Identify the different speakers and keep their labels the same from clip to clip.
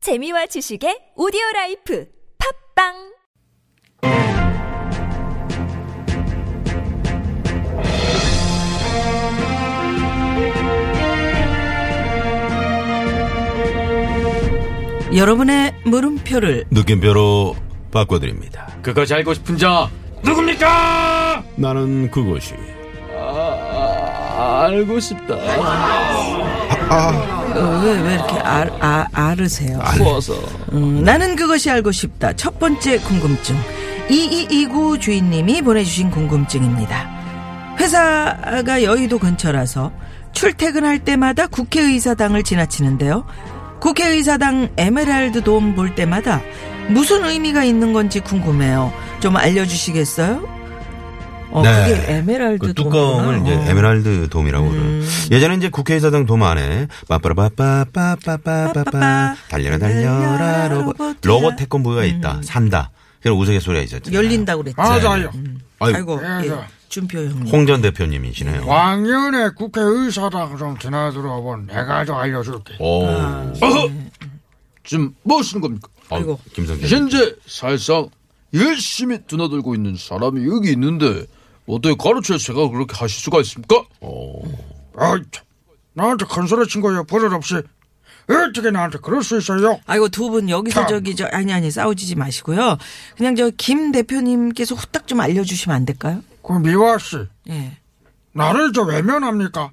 Speaker 1: 재미와 지식의 오디오 라이프 팝빵
Speaker 2: 여러분의 물음표를
Speaker 3: 느낌표로 바꿔드립니다.
Speaker 4: 그거 알고 싶은 자 누굽니까?
Speaker 3: 나는 그것이
Speaker 4: 알고 싶다.
Speaker 2: 어, 왜, 왜 이렇게 알, 아, 알으세요?
Speaker 4: 추워서.
Speaker 2: 음, 나는 그것이 알고 싶다. 첫 번째 궁금증. 2229 주인님이 보내주신 궁금증입니다. 회사가 여의도 근처라서 출퇴근할 때마다 국회의사당을 지나치는데요. 국회의사당 에메랄드 돔 볼 때마다 무슨 의미가 있는 건지 궁금해요. 좀 알려주시겠어요? 어, 그게 에메랄드 어.
Speaker 3: 그
Speaker 2: 돔.
Speaker 3: 뚜껑을 이제 에메랄드 돔이라고 부르는. 예전에 이제 국회의사당 돔 안에 빠빠라빠빠빠빠빠빠빠 달려라 달려라 음.
Speaker 2: 달려라,
Speaker 3: 로봇
Speaker 2: 로봇이야.
Speaker 3: 로봇 태권부가 있다 산다. 그런 우스갯소리가 있었죠.
Speaker 2: 열린다고 그랬죠.
Speaker 3: 네.
Speaker 5: 맞아요.
Speaker 3: 음.
Speaker 2: 아이고,
Speaker 3: 아이고
Speaker 6: 네,
Speaker 2: 예. 준표 형님.
Speaker 3: 홍전 대표님이시네요.
Speaker 5: 왕년에 국회의사당 좀 지나들어 본 내가 좀 알려줄게.
Speaker 3: 오,
Speaker 4: 어허! 지금 뭐 하시는 겁니까?
Speaker 2: 아이고.
Speaker 3: 김성태.
Speaker 4: 현재 살상 열심히 드나들고 있는 사람이 여기 있는데 어떻게 가르쳐 제가 그렇게 하실 수가 있습니까?
Speaker 5: 아이, 어, 참. 나한테 큰 소리 친 거예요. 버릇 없이. 어떻게 나한테 그럴 수 있어요?
Speaker 2: 아이고 두 분 여기서
Speaker 5: 참.
Speaker 2: 저기 저 아니 아니 싸우지 마시고요. 그냥 저 김 대표님께서 후딱 좀 알려주시면 안 될까요?
Speaker 5: 그 미화 씨,
Speaker 2: 예.
Speaker 5: 나를 저 외면합니까?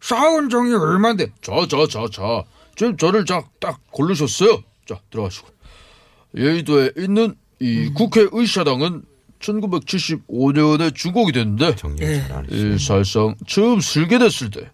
Speaker 5: 싸운 정이 얼마인데?
Speaker 4: 자자자자 지금 저를 자, 딱 고르셨어요. 자 들어가시고 여의도에 있는 이 국회의사당은 1975년에 준공이 됐는데
Speaker 3: 정리를 잘하네
Speaker 4: 이 사실상 처음 설계됐을 때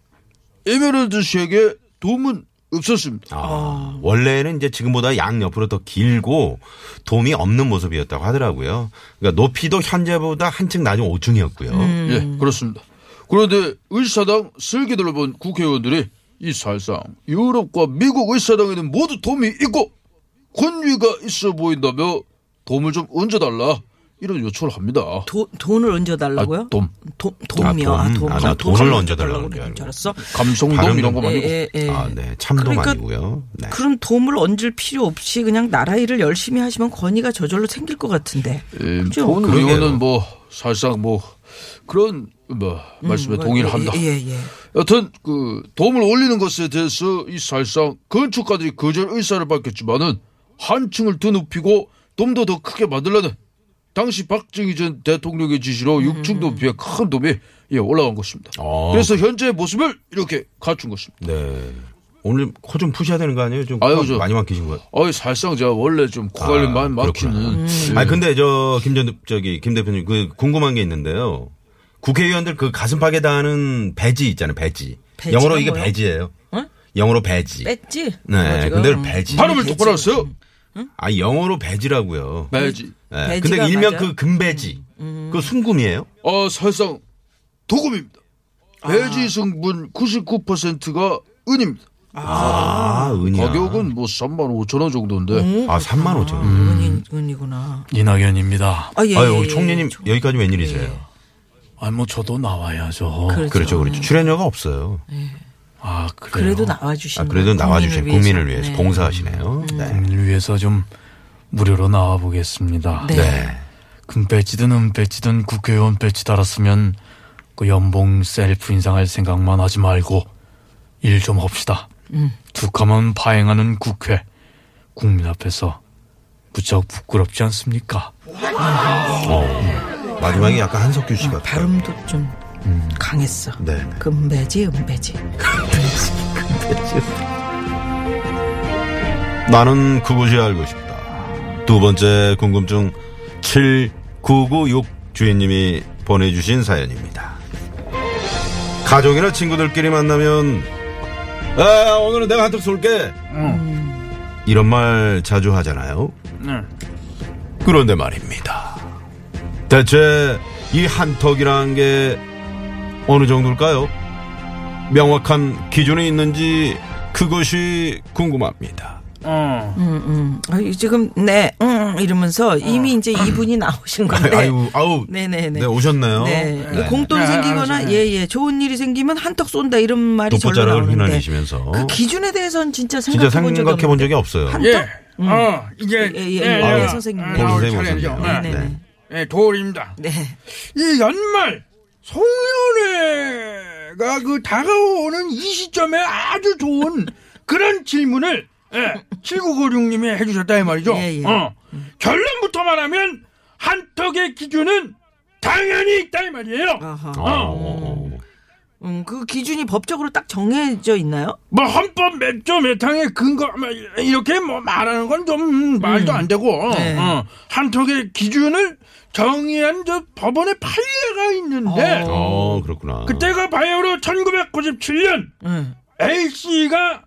Speaker 4: 에메랄드 씨에게 도움은 없었습니다.
Speaker 3: 아, 원래는 이제 지금보다 양 옆으로 더 길고 돔이 없는 모습이었다고 하더라고요. 그러니까 높이도 현재보다 한층 낮은 5층이었고요.
Speaker 4: 예, 그렇습니다. 그런데 의사당 설계도를 본 국회의원들이 이 사실상 유럽과 미국 의사당에는 모두 도움이 있고 권위가 있어 보인다며 도움을 좀 얹어달라 이런 요청을 합니다.
Speaker 2: 도, 돈을 얹어 달라고요?
Speaker 4: 아, 돔.
Speaker 2: 돈 돈이요.
Speaker 3: 아,
Speaker 2: 아,
Speaker 3: 돈.
Speaker 2: 돈.
Speaker 3: 아, 나
Speaker 2: 돈.
Speaker 3: 돈을
Speaker 2: 돈
Speaker 3: 얹어 달라고
Speaker 2: 그런
Speaker 3: 그래요.
Speaker 2: 줄 알았어.
Speaker 4: 감성돔 이런 거
Speaker 2: 예,
Speaker 4: 말고
Speaker 2: 예, 예.
Speaker 3: 아, 네. 참도
Speaker 2: 그러니까
Speaker 3: 아니고요. 네.
Speaker 2: 그럼 돔을 얹을 필요 없이 그냥 나라 일을 열심히 하시면 권위가 저절로 생길 것 같은데.
Speaker 3: 음,
Speaker 2: 그죠?
Speaker 4: 본
Speaker 3: 그러게요.
Speaker 4: 의원은 뭐 사실상 뭐 그런 뭐
Speaker 2: 음,
Speaker 4: 말씀에 동의를 합니다.
Speaker 2: 예, 예. 예.
Speaker 4: 여튼 그 도움을 올리는 것에 대해서 이 사실상 건축가들이 거절 의사를 밝혔지만은 한 층을 더 높이고 돔도 더 크게 만들라는 당시 박정희 전 대통령의 지시로 6층 높이의 큰 돔이 예, 올라간 것입니다.
Speaker 3: 아.
Speaker 4: 그래서 현재의 모습을 이렇게 갖춘 것입니다.
Speaker 3: 네. 오늘 코 좀 푸셔야 되는 거 아니에요? 좀
Speaker 4: 아유,
Speaker 3: 코가
Speaker 4: 저-
Speaker 3: 많이 막히신 거예요?
Speaker 4: 어이 사실상 제가 원래 좀코 관련 많이 막히는 음. 예,
Speaker 3: 아 근데 저김전 저기 김 대표님 그 궁금한 게 있는데요. 국회의원들 그 가슴팍에 다는 배지 있잖아요. 배지.
Speaker 2: 배지가
Speaker 3: 영어로 이게
Speaker 2: 뭐예요?
Speaker 3: 배지예요.
Speaker 2: 어?
Speaker 3: 영어로 배지.
Speaker 2: 뺐지?
Speaker 3: 네.
Speaker 2: 그거
Speaker 3: 근데
Speaker 2: 지금?
Speaker 3: 배지.
Speaker 4: 발음을 똑바로 하세요.
Speaker 3: 아 영어로 배지라고요.
Speaker 4: 매지.
Speaker 3: 네.
Speaker 2: 배지가
Speaker 3: 근데 일명
Speaker 2: 맞아요?
Speaker 3: 그 금배지. 그 순금이에요?
Speaker 4: 어 사실상 도금입니다. 배지 성분 99%가 은입니다.
Speaker 3: 아, 은이야.
Speaker 4: 가격은 뭐 3만 5천 원 정도인데
Speaker 3: 아 3만 5천 원.
Speaker 2: 음. 은이구나.
Speaker 6: 이낙연입니다.
Speaker 2: 아, 예.
Speaker 3: 아유
Speaker 2: 예,
Speaker 3: 우리
Speaker 2: 예.
Speaker 3: 총리님
Speaker 2: 총-
Speaker 3: 여기까지 웬일이세요?
Speaker 6: 아니 뭐 저도 나와야죠.
Speaker 3: 그렇죠, 그렇죠. 출연료가 없어요.
Speaker 6: 아 그래요.
Speaker 2: 그래도 나와 주신
Speaker 3: 아, 그래도 나와주신 국민을 위해서 봉사하시네요. 네.
Speaker 6: 국민을 위해서 좀 무료로 나와 보겠습니다.
Speaker 2: 네.
Speaker 3: 네.
Speaker 6: 금 배지든 은 배지든 국회의원 배지 달았으면 그 연봉 셀프 인상할 생각만 하지 말고 일 좀 합시다.
Speaker 2: 음.
Speaker 6: 두카만 파행하는 국회 국민 앞에서 무척 부끄럽지 않습니까?
Speaker 3: 마지막에 약간 한석규 씨가
Speaker 2: 발음도 좀 강했어.
Speaker 3: 네.
Speaker 2: 금배지, 은배지.
Speaker 3: 나는 그것이 알고 싶다. 두 번째 궁금증 7996 주인님이 보내주신 사연입니다. 가족이나 친구들끼리 만나면 아, 오늘은 내가 한턱 쏠게. 이런 말 자주 하잖아요. 그런데 말입니다. 대체 이 한턱이라는 게 어느 정도일까요? 명확한 기준이 있는지 그것이 궁금합니다.
Speaker 2: 음, 음. 아, 이 지금 네, 음, 이러면서 이미 이제 이분이 나오신 건데.
Speaker 3: 어. 아유, 아우.
Speaker 2: 네. 네네네.
Speaker 3: 네, 오셨나요?
Speaker 2: 네.
Speaker 3: 네.
Speaker 2: 공돈
Speaker 5: 네,
Speaker 2: 생기거나
Speaker 5: 알았어요.
Speaker 2: 예예 좋은 일이 생기면 한턱 쏜다 이런 말이 절로
Speaker 3: 독보자를
Speaker 2: 나오는데
Speaker 3: 휘날리시면서.
Speaker 2: 그 기준에 대해서는 진짜
Speaker 3: 진짜
Speaker 2: 생각해 본 적이
Speaker 3: 생각해 본
Speaker 2: 없는데.
Speaker 3: 적이 없어요.
Speaker 5: 예. 어, 이게
Speaker 2: 음. 예, 예,
Speaker 5: 예,
Speaker 2: 예,
Speaker 5: 예.
Speaker 2: 선생님.
Speaker 5: 아,
Speaker 2: 공
Speaker 5: 나올
Speaker 3: 네, 선생님
Speaker 5: 차례죠.
Speaker 3: 오셨네요.
Speaker 5: 네.
Speaker 2: 네네네.
Speaker 3: 네.
Speaker 5: 예, 도울입니다.
Speaker 2: 네.
Speaker 5: 이 연말 송년회가 그 다가오는 이 시점에 아주 좋은 그런 질문을 예, 7996님이 해주셨다 이 말이죠.
Speaker 2: 예, 예.
Speaker 5: 어. 결론부터 말하면 한턱의 기준은 당연히 있다 이 말이에요.
Speaker 2: 아하.
Speaker 3: 어, 어, 어.
Speaker 2: 음, 그 기준이 법적으로 딱 정해져 있나요?
Speaker 5: 뭐 헌법 몇조 몇항의 근거 뭐 이렇게 뭐 말하는 건 좀 말도 안 되고
Speaker 2: 네.
Speaker 5: 어, 한턱의 기준을 정의한 저 법원의 판례가 있는데
Speaker 2: 어.
Speaker 3: 어, 그렇구나.
Speaker 5: 그때가 바야흐로 1997년
Speaker 2: 응.
Speaker 5: A씨가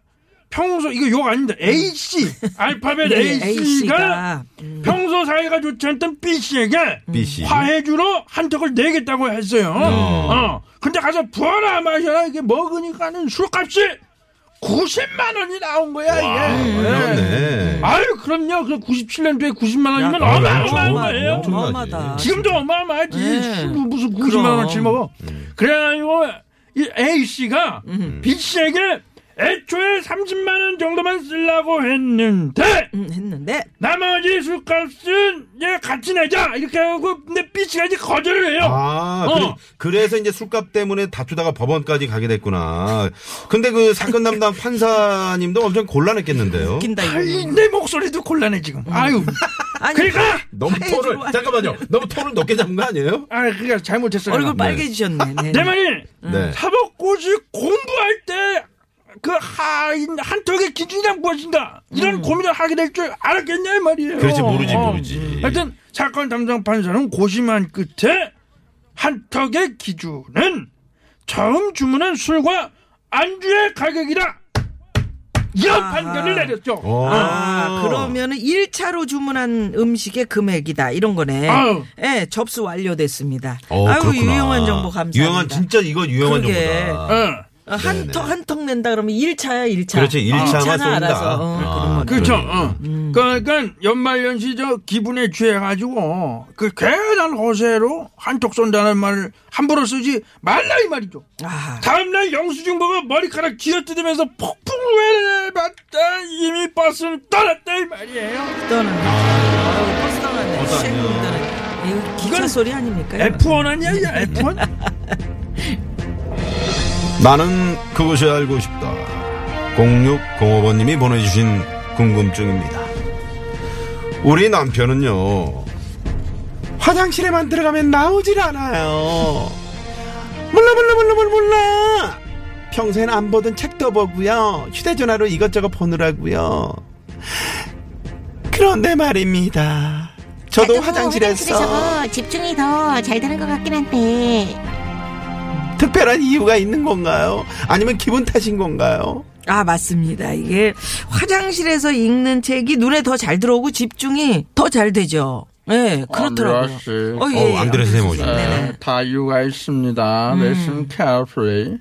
Speaker 5: 평소 이거 욕 아닙니다. A씨 알파벳 음. 네, A씨가
Speaker 2: A씨가. 음.
Speaker 5: 평소 사이가 좋지 않던 B씨에게
Speaker 3: BC.
Speaker 5: 화해주로 한턱을 내겠다고 했어요.
Speaker 3: 네.
Speaker 5: 어. 근데 가서 부어라 마셔라 이게 먹으니까는 술값이 90만 원이 나온 거야
Speaker 3: 아, 많이
Speaker 5: 이게.
Speaker 3: 나왔네.
Speaker 5: 아유 그럼요. 그 97년도에 90만 원이면
Speaker 2: 야,
Speaker 5: 어마어마한
Speaker 3: 아, 네. 엄청,
Speaker 5: 거예요.
Speaker 3: 엄청. 엄청나지. 네.
Speaker 2: 엄마다.
Speaker 5: 지금도 어마어마하지.
Speaker 2: 예.
Speaker 5: 무- 무슨
Speaker 2: 그럼.
Speaker 5: 90만 원어치 먹어. 그래가지고 이 A 씨가
Speaker 3: 음.
Speaker 5: B 씨에게 애초에 30만 원 정도만 쓰려고 했는데
Speaker 2: 음, 했는데
Speaker 5: 나머지 술값은 얘 같이 내자 이렇게 하고 근데 B 씨가 이제 거절을 해요.
Speaker 3: 아,
Speaker 5: 어.
Speaker 3: 그래, 서 이제 술값 때문에 다투다가 법원까지 가게 됐구나. 근데 그 사건 담당 판사님도 엄청 곤란했겠는데요.
Speaker 2: 웃긴다
Speaker 5: 아이,
Speaker 2: 이거.
Speaker 5: 내 목소리도 곤란해 지금. 아유.
Speaker 2: 아니,
Speaker 5: 그러니까
Speaker 3: 너무 톤을 잠깐만요. 너무 톤을 높게 잡은 거 아니에요?
Speaker 5: 아 그니까 잘못했어요.
Speaker 2: 얼굴
Speaker 5: 내가.
Speaker 2: 빨개지셨네. 네.
Speaker 5: 내 말이
Speaker 3: 네.
Speaker 5: 사법고시 공부할 때 그 하인 한턱의 기준이란 무엇인가 이런 고민을 하게 될 줄 알았겠냐 이 말이에요.
Speaker 3: 그렇지 뭐. 모르지
Speaker 5: 어.
Speaker 3: 모르지.
Speaker 2: 음.
Speaker 5: 하여튼 사건 담당 판사는 고심한 끝에 한턱의 기준은 처음 주문한 술과 안주의 가격이다. 이런
Speaker 2: 아하.
Speaker 5: 판결을 내렸죠.
Speaker 3: 어.
Speaker 2: 아, 그러면은 1차로 주문한 음식의 금액이다. 이런 거네.
Speaker 5: 아유.
Speaker 2: 예, 접수 완료됐습니다.
Speaker 3: 어,
Speaker 2: 아유,
Speaker 3: 그렇구나.
Speaker 2: 유용한 정보 감사합니다.
Speaker 3: 유용한 진짜 이거 유용한
Speaker 2: 그러게.
Speaker 3: 정보다.
Speaker 5: 어.
Speaker 3: 네네.
Speaker 2: 한턱 한턱 낸다 그러면 1차야, 1차.
Speaker 3: 그렇지 1차만
Speaker 2: 나
Speaker 3: 쏜다.
Speaker 2: 아, 알아서. 어, 그런 거.
Speaker 5: 그렇죠.
Speaker 3: 그러네.
Speaker 5: 어. 그러니까 연말연시 저 기분에 취해가지고 그 괜한 허세로 한턱 쏜다는 말을 함부로 쓰지 말라 이 말이죠.
Speaker 2: 아,
Speaker 5: 다음날 영수증보가 머리카락 쥐어뜯으면서 폭풍 후회를 받다 이미 버스는 떠났다 이 말이에요.
Speaker 2: 떠나네.
Speaker 3: 아.
Speaker 2: 아유, 버스 떠나네.
Speaker 3: 버스
Speaker 2: 시행
Speaker 3: 아니야.
Speaker 2: 운전은. 이거 기차
Speaker 5: 이건
Speaker 2: 소리 아닙니까? 이거?
Speaker 5: F1 아니야 이 F1?
Speaker 3: 나는 그것이 알고 싶다. 0605번님이 보내주신 궁금증입니다. 우리 남편은요. 화장실에만 들어가면 나오질 않아요. 몰라 몰라 몰라 몰라 몰라. 평소엔 안 보던 책도 보고요. 휴대전화로 이것저것 보느라고요. 그런데 말입니다. 저도 아, 화장실에서
Speaker 7: 서 집중이 더 잘 되는 것 같긴 한데
Speaker 3: 특별한 이유가 있는 건가요? 아니면 기분 탓인 건가요?
Speaker 2: 아, 맞습니다. 이게 화장실에서 읽는 책이 눈에 더 잘 들어오고 집중이 더 잘 되죠. 예, 그렇더라고요.
Speaker 4: 안드레아 씨.
Speaker 2: 예,
Speaker 3: 어,
Speaker 2: 예,
Speaker 3: 안드레 선생님 오셨네.
Speaker 2: 선생님. 네네. 음.
Speaker 4: 네, 다 이유가 있습니다. 레슨 carefully.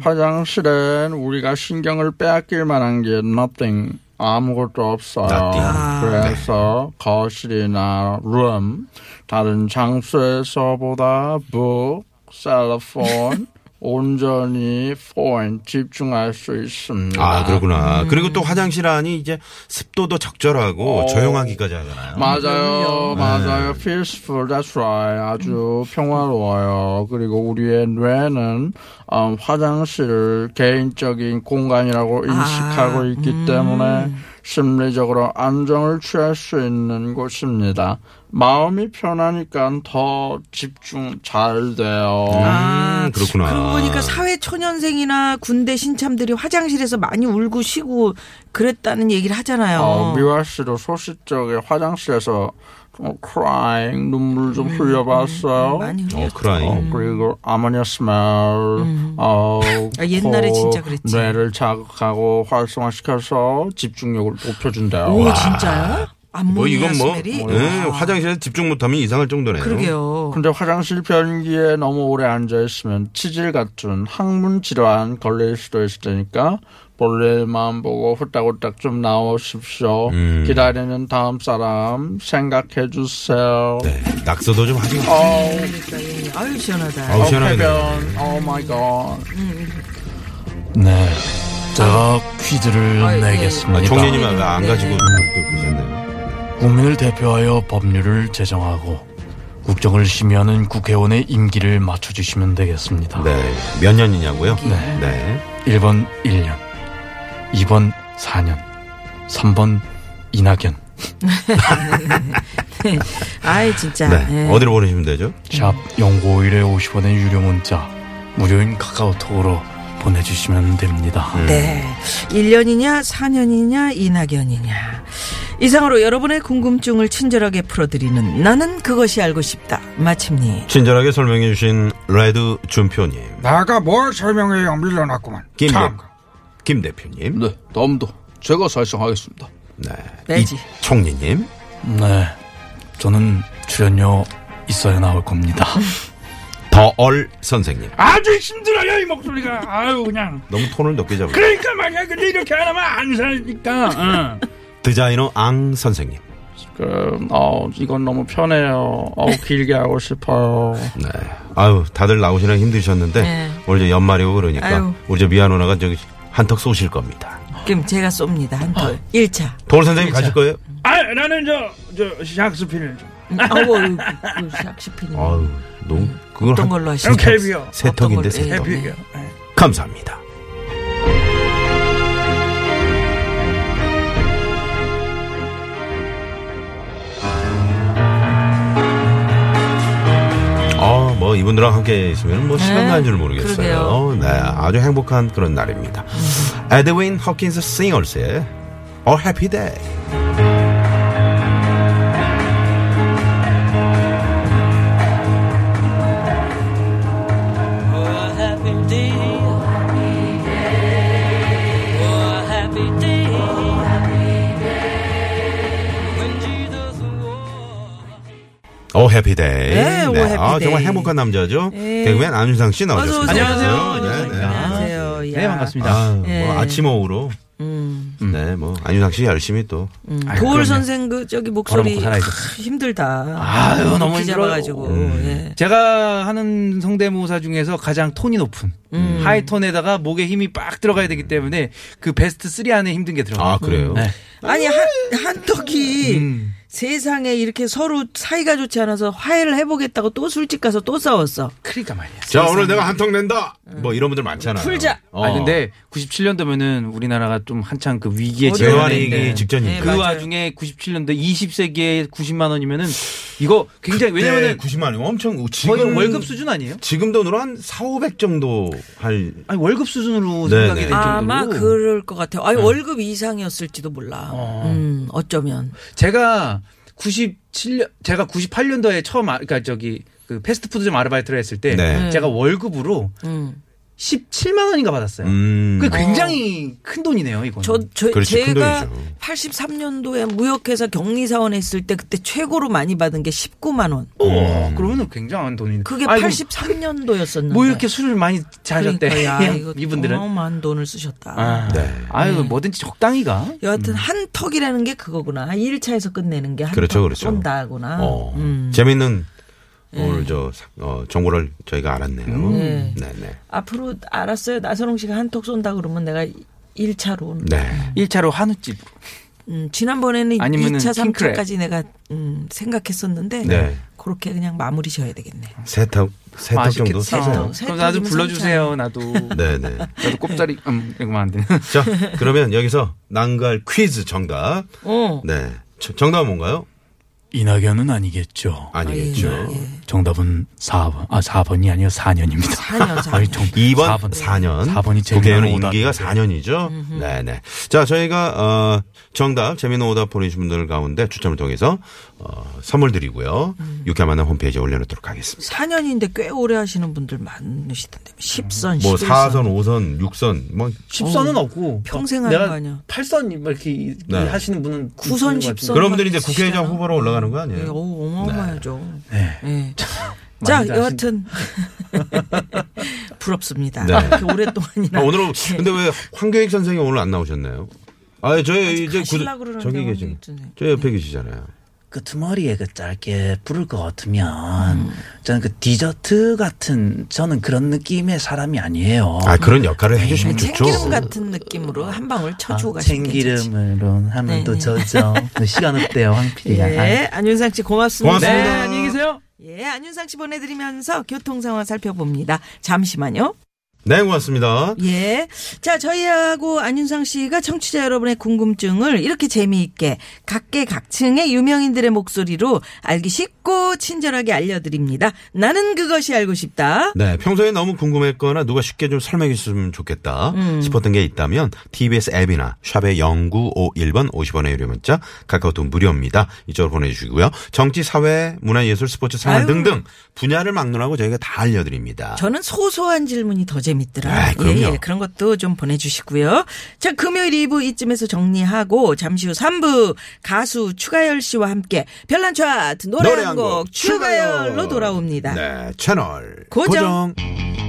Speaker 4: 화장실엔 우리가 신경을 빼앗길 만한 게 nothing. 아무것도 없어요.
Speaker 3: Nothing.
Speaker 2: 아.
Speaker 4: 그래서 거실이나 룸, 다른 장소에서보다 book, 셀러폰, 온전히 phone 집중할 수 있습니다.
Speaker 3: 아, 그렇구나. 그리고 또 화장실 안이 이제 습도도 적절하고
Speaker 4: 어.
Speaker 3: 조용하기까지 하잖아요. 음,
Speaker 4: 맞아요, 네. 맞아요. peaceful, that's right. 아주 평화로워요. 그리고 우리의 뇌는 어, 화장실을 개인적인 공간이라고 인식하고 있기 때문에 심리적으로 안정을 취할 수 있는 곳입니다. 마음이 편하니까 더 집중 잘 돼요.
Speaker 2: 아,
Speaker 3: 그렇구나. 어,
Speaker 2: 그러고 보니까 사회 초년생이나 군대 신참들이 화장실에서 많이 울고 쉬고 그랬다는 얘기를 하잖아요.
Speaker 4: 어, 미화 씨도 소식 쪽에 화장실에서 좀 crying 눈물 좀 흘려봤어요.
Speaker 2: 많이 흘려.
Speaker 3: 어, 크라잉.
Speaker 4: 어,
Speaker 5: 음.
Speaker 4: 그리고 아모니아 스멜, 어,
Speaker 2: 아, 옛날에
Speaker 4: 코,
Speaker 2: 진짜 그랬지.
Speaker 4: 뇌를 자극하고 활성화시켜서 집중력을 높여준대요.
Speaker 2: 오, 진짜요? 암모니아
Speaker 3: 뭐 이건 뭐
Speaker 2: 스멜이?
Speaker 3: 예,
Speaker 2: 와.
Speaker 3: 화장실에서 집중 못하면 이상할 정도네요.
Speaker 2: 음. 그러게요.
Speaker 5: 근데 화장실 변기에 너무 오래 앉아있으면 치질 같은 항문 질환 걸릴 수도 있으니까 볼일만 보고 후딱후딱 좀 나오십시오.
Speaker 3: 음.
Speaker 5: 기다리는 다음 사람 생각해 주세요.
Speaker 3: 네, 낙서도 좀 하시고.
Speaker 5: 어우,
Speaker 2: 그러니까
Speaker 3: 음.
Speaker 2: 예. 아유 시원하다.
Speaker 3: 아우, 시원하게
Speaker 5: 폐변. Oh
Speaker 3: 나오네.
Speaker 5: 오 마이 갓.
Speaker 2: 음,
Speaker 6: 네, 제가 퀴즈를
Speaker 2: 아이고.
Speaker 6: 내겠습니다.
Speaker 3: 아, 총리님 안, 안
Speaker 2: 네.
Speaker 3: 가지고 또 보셨네요.
Speaker 6: 국민을 대표하여 법률을 제정하고 국정을 심의하는 국회의원의 임기를 맞춰주시면 되겠습니다.
Speaker 3: 네, 몇 년이냐고요?
Speaker 6: 네.
Speaker 3: 네.
Speaker 6: 1번 1년, 2번 4년, 3번 이낙연.
Speaker 2: 아이 진짜.
Speaker 3: 네.
Speaker 2: 예.
Speaker 3: 어디로 보내시면 되죠?
Speaker 6: 샵 0951에 50원의 유료 문자, 무료인 카카오톡으로 보내주시면 됩니다.
Speaker 2: 네. 1년이냐, 4년이냐, 이낙연이냐. 이상으로 여러분의 궁금증을 친절하게 풀어드리는 나는 그것이 알고 싶다. 마칩니다.
Speaker 3: 친절하게 설명해 주신 레드 준표님,
Speaker 5: 내가 뭘 설명해요? 밀려났구만.
Speaker 3: 김, 대,
Speaker 5: 참.
Speaker 3: 김 대표님,
Speaker 4: 네, 다음도 제가 살성하겠습니다.
Speaker 3: 네.
Speaker 2: 내지.
Speaker 3: 이 총리님,
Speaker 6: 네, 저는 출연료 있어야 나올 겁니다.
Speaker 2: 음.
Speaker 3: 더얼 선생님.
Speaker 5: 아주 힘들어요, 이 목소리가. 아유, 그냥.
Speaker 3: 너무 톤을 높게 잡으
Speaker 5: 그러니까 말이야. 근데 이렇게 안 하면 안 사니까. 어. 응.
Speaker 3: 디자이너 앙 선생님.
Speaker 5: 그, 어, 이건 너무 편해요. 어, 길게 하고 싶어요.
Speaker 3: 네. 아유, 다들 나오시느라 힘드셨는데,
Speaker 2: 네.
Speaker 3: 오늘 이제 연말이고 그러니까,
Speaker 2: 아유.
Speaker 3: 우리 저 미아 누나가 저기 한턱 쏘실 겁니다.
Speaker 2: 그럼 제가 쏩니다. 한
Speaker 3: 어.
Speaker 2: 톨. 1차.
Speaker 3: 돌 선생님
Speaker 2: 그렇죠.
Speaker 3: 가실 거예요?
Speaker 5: 아, 나는 저, 저, 샥스피를 좀.
Speaker 2: 음, 아우, 그, 샥시핀이.
Speaker 3: 아유, 너무, 그걸
Speaker 2: 음. 어떤
Speaker 3: 한
Speaker 2: 걸로
Speaker 5: 그럼
Speaker 2: 하시죠?
Speaker 5: 캐비어.
Speaker 3: 세턱인데,
Speaker 2: 어떤 걸로,
Speaker 3: 세턱.
Speaker 2: 예.
Speaker 5: 캐비어. 예.
Speaker 3: 감사합니다. 아, 뭐 이분들랑 함께 있으면 뭐 시간
Speaker 2: 네,
Speaker 3: 가는 줄 모르겠어요.
Speaker 2: 그러게요. 음.
Speaker 3: 네, 아주 행복한 그런 날입니다. 에드윈 허킨스 싱어스의 A Happy Day. 어 해피데이.
Speaker 2: 네, 오, 해피데이.
Speaker 3: 아 정말 행복한 남자죠.
Speaker 2: 예.
Speaker 3: 개그맨 안윤상 씨 나오셨어요.
Speaker 2: 어서 오세요.
Speaker 3: 네, 네.
Speaker 2: 안녕하세요. 야.
Speaker 8: 네, 반갑습니다.
Speaker 3: 아,
Speaker 2: 예.
Speaker 3: 뭐 아침 오후로. 네, 뭐 안윤상 씨 열심히 또
Speaker 2: 음,
Speaker 8: 아,
Speaker 2: 도울
Speaker 8: 그럼요.
Speaker 2: 선생 그 저기 목소리
Speaker 8: 걸어먹고 살아야죠.
Speaker 2: 크, 힘들다.
Speaker 8: 아유, 너무
Speaker 2: 높이
Speaker 8: 힘들어요.
Speaker 2: 잡아가지고.
Speaker 3: 음.
Speaker 2: 예.
Speaker 8: 제가 하는 성대모사 중에서 가장 톤이 높은
Speaker 3: 음.
Speaker 8: 하이톤에다가 목에 힘이 빡 들어가야 되기 때문에 그 베스트 3 안에 힘든 게 들어가요.
Speaker 3: 아, 그래요?
Speaker 8: 네.
Speaker 2: 아니 한 한턱이
Speaker 8: 음.
Speaker 2: 세상에 이렇게 서로 사이가 좋지 않아서 화해를 해보겠다고 또 술집 가서 또 싸웠어.
Speaker 8: 그러니까 말이야.
Speaker 3: 자 오늘 내가 한턱 낸다 뭐 이런 분들 많잖아요
Speaker 2: 풀자.
Speaker 3: 어.
Speaker 8: 아 근데 97년도면은 우리나라가 좀 한창 그 위기에
Speaker 3: 어, 재활이기
Speaker 8: 직면했는데
Speaker 3: 직전이니까
Speaker 8: 그
Speaker 2: 맞아요.
Speaker 8: 와중에 97년도 20세기에 90만 원이면은 이거 굉장히 왜냐면은
Speaker 3: 90만 네, 원 엄청 지금
Speaker 8: 거의 뭐 월급 수준 아니에요?
Speaker 3: 지금 돈으로 한 4, 500 정도 할
Speaker 8: 아니 월급 수준으로
Speaker 3: 네네.
Speaker 8: 생각이 될그 정도로 음.
Speaker 2: 아마 그럴 것 같아요. 아니 월급 이상이었을지도 몰라.
Speaker 8: 어.
Speaker 2: 음 어쩌면
Speaker 8: 제가 97년 제가 98년도에 처음 아, 그러니까 저기 그 패스트푸드점 아르바이트를 했을 때
Speaker 3: 네.
Speaker 8: 제가 월급으로
Speaker 2: 음.
Speaker 8: 17만 원인가 받았어요.
Speaker 3: 음.
Speaker 8: 그 굉장히 큰 돈이네요, 이거.
Speaker 2: 저, 저
Speaker 3: 그렇지, 큰
Speaker 2: 제가
Speaker 3: 돈이죠.
Speaker 2: 83년도에 무역회사 경리사원 했을 때 그때 최고로 많이 받은 게 19만 원.
Speaker 6: 어.
Speaker 8: 그러면은 굉장한 돈인데.
Speaker 2: 그게
Speaker 8: 어, 아이고,
Speaker 2: 83년도였었는데.
Speaker 8: 뭐 이렇게 술을 많이 자셨대. 예,
Speaker 2: 그러니까, 야, 이거
Speaker 8: 이분들은.
Speaker 2: 어마어마한 돈을 쓰셨다.
Speaker 8: 아.
Speaker 3: 네.
Speaker 8: 아유, 뭐든지 적당히가.
Speaker 2: 여하튼 한턱이라는 게 그거구나. 1차에서 끝내는 게 한턱
Speaker 3: 그렇죠, 그렇죠.
Speaker 2: 쏜다구나.
Speaker 3: 어.
Speaker 2: 음.
Speaker 3: 재밌는 오늘 저 어, 정보를 저희가 알았네요
Speaker 2: 네.
Speaker 3: 네네
Speaker 2: 앞으로 알았어요. 나선홍 씨가 한턱 쏜다 그러면 내가 1차로.
Speaker 3: 네.
Speaker 8: 1차로 한우집으로.
Speaker 2: 음, 지난번에는
Speaker 8: 아니면은
Speaker 2: 2차,
Speaker 8: 킹크랩.
Speaker 2: 3차까지 내가 음, 생각했었는데
Speaker 3: 네.
Speaker 2: 그렇게 그냥 마무리 져야 되겠네.
Speaker 3: 세턱 세턱 정도
Speaker 8: 맛있겠다.
Speaker 3: 쓰세요
Speaker 2: 어, 세탁.
Speaker 8: 어, 그럼 나도
Speaker 2: 세탁이면
Speaker 8: 불러주세요, 나도.
Speaker 3: 네네
Speaker 8: 나도 꼽자리. 음, 이거 안 되네.
Speaker 3: 자 그러면 여기서 난갈 퀴즈 정답
Speaker 2: 어.
Speaker 3: 네 저- 정답은 뭔가요
Speaker 6: 이낙연은 아니겠죠. 네.
Speaker 3: 아니겠죠.
Speaker 8: 예.
Speaker 2: 예.
Speaker 6: 정답은 4번. 아, 4번이 아니요 4년입니다.
Speaker 2: 4년, 4년.
Speaker 3: 2번 4년.
Speaker 6: 4번이
Speaker 3: 국회의원
Speaker 6: 재미있는
Speaker 3: 임기가 4년이죠. 네네. 자, 저희가, 어, 정답, 재미있는 오답 보내주신 분들 가운데 추첨을 통해서, 어, 선물 드리고요. 육회 만남 홈페이지에 올려놓도록 하겠습니다.
Speaker 2: 4년인데 꽤 오래 하시는 분들 많으시던데. 10선,
Speaker 3: 뭐,
Speaker 2: 11선.
Speaker 3: 4선, 5선, 6선, 뭐,
Speaker 8: 10선은 없고
Speaker 2: 평생 하는
Speaker 8: 내가
Speaker 2: 거 아니야.
Speaker 8: 8선 뭐 이렇게 이- 이
Speaker 3: 네.
Speaker 8: 하시는 분은
Speaker 2: 구선,
Speaker 8: 있는 것 같은데.
Speaker 2: 십선.
Speaker 3: 그런 분들이 이제
Speaker 2: 시잖아.
Speaker 3: 국회의장 후보로 올라가는 거
Speaker 2: 예,
Speaker 3: 아니에요?
Speaker 2: 어우, 어마어마하죠.
Speaker 6: 네.
Speaker 2: 예. 자,
Speaker 8: 많이들
Speaker 2: 여하튼. 부럽습니다.
Speaker 3: 네.
Speaker 2: 이렇게 오랫동안이나.
Speaker 3: 아, 오늘은 근데 왜 황교익 선생이 오늘 안 나오셨나요? 아, 저희 이제 구,
Speaker 2: 가실라 그러는데
Speaker 3: 저기 계신
Speaker 2: 황교익 선생님.
Speaker 3: 저 옆에 계시잖아요.
Speaker 9: 그 트머리에 그 짧게 부를 것 같으면 저는 그 디저트 같은 저는 그런 느낌의 사람이 아니에요.
Speaker 3: 아, 그런 역할을 해주시면 좋죠. 아,
Speaker 2: 참기름 같은 느낌으로 한 방울 쳐주고 가시면 되지.
Speaker 9: 생기름으로 아, 하면
Speaker 2: 네,
Speaker 9: 또
Speaker 2: 네.
Speaker 9: 저죠. 시간 없대요, 황 PD가. 아,
Speaker 2: 예, 안윤상 씨 고맙습니다.
Speaker 3: 고맙습니다.
Speaker 8: 네, 안녕히 계세요.
Speaker 2: 예, 안윤상 씨 보내드리면서 교통 상황 살펴봅니다. 잠시만요.
Speaker 3: 네, 고맙습니다.
Speaker 2: 예. 자, 저희하고 안윤상 씨가 청취자 여러분의 궁금증을 이렇게 재미있게 각계각층의 유명인들의 목소리로 알기 쉽고 친절하게 알려드립니다. 나는 그것이 알고 싶다.
Speaker 3: 네, 평소에 너무 궁금했거나 누가 쉽게 좀 설명해 주셨으면 좋겠다
Speaker 2: 음.
Speaker 3: 싶었던 게 있다면 TBS 앱이나 샵의 0951번 50원의 유료 문자 카카오톡 무료입니다. 이쪽으로 보내주시고요. 정치, 사회, 문화, 예술, 스포츠, 생활
Speaker 2: 아유.
Speaker 3: 등등 분야를 막론하고 저희가 다 알려드립니다.
Speaker 2: 저는 소소한 질문이 더 재밌더라.
Speaker 3: 아, 그럼요.
Speaker 2: 예, 예, 그런 것도 좀 보내주시고요. 자, 금요일 2부 이쯤에서 정리하고 잠시 후 3부 가수 추가열 씨와 함께 별난 차트 노래,
Speaker 3: 노래
Speaker 2: 한
Speaker 3: 한곡
Speaker 2: 곡 추가열로 돌아옵니다.
Speaker 3: 네, 채널
Speaker 2: 고정.
Speaker 3: 고정.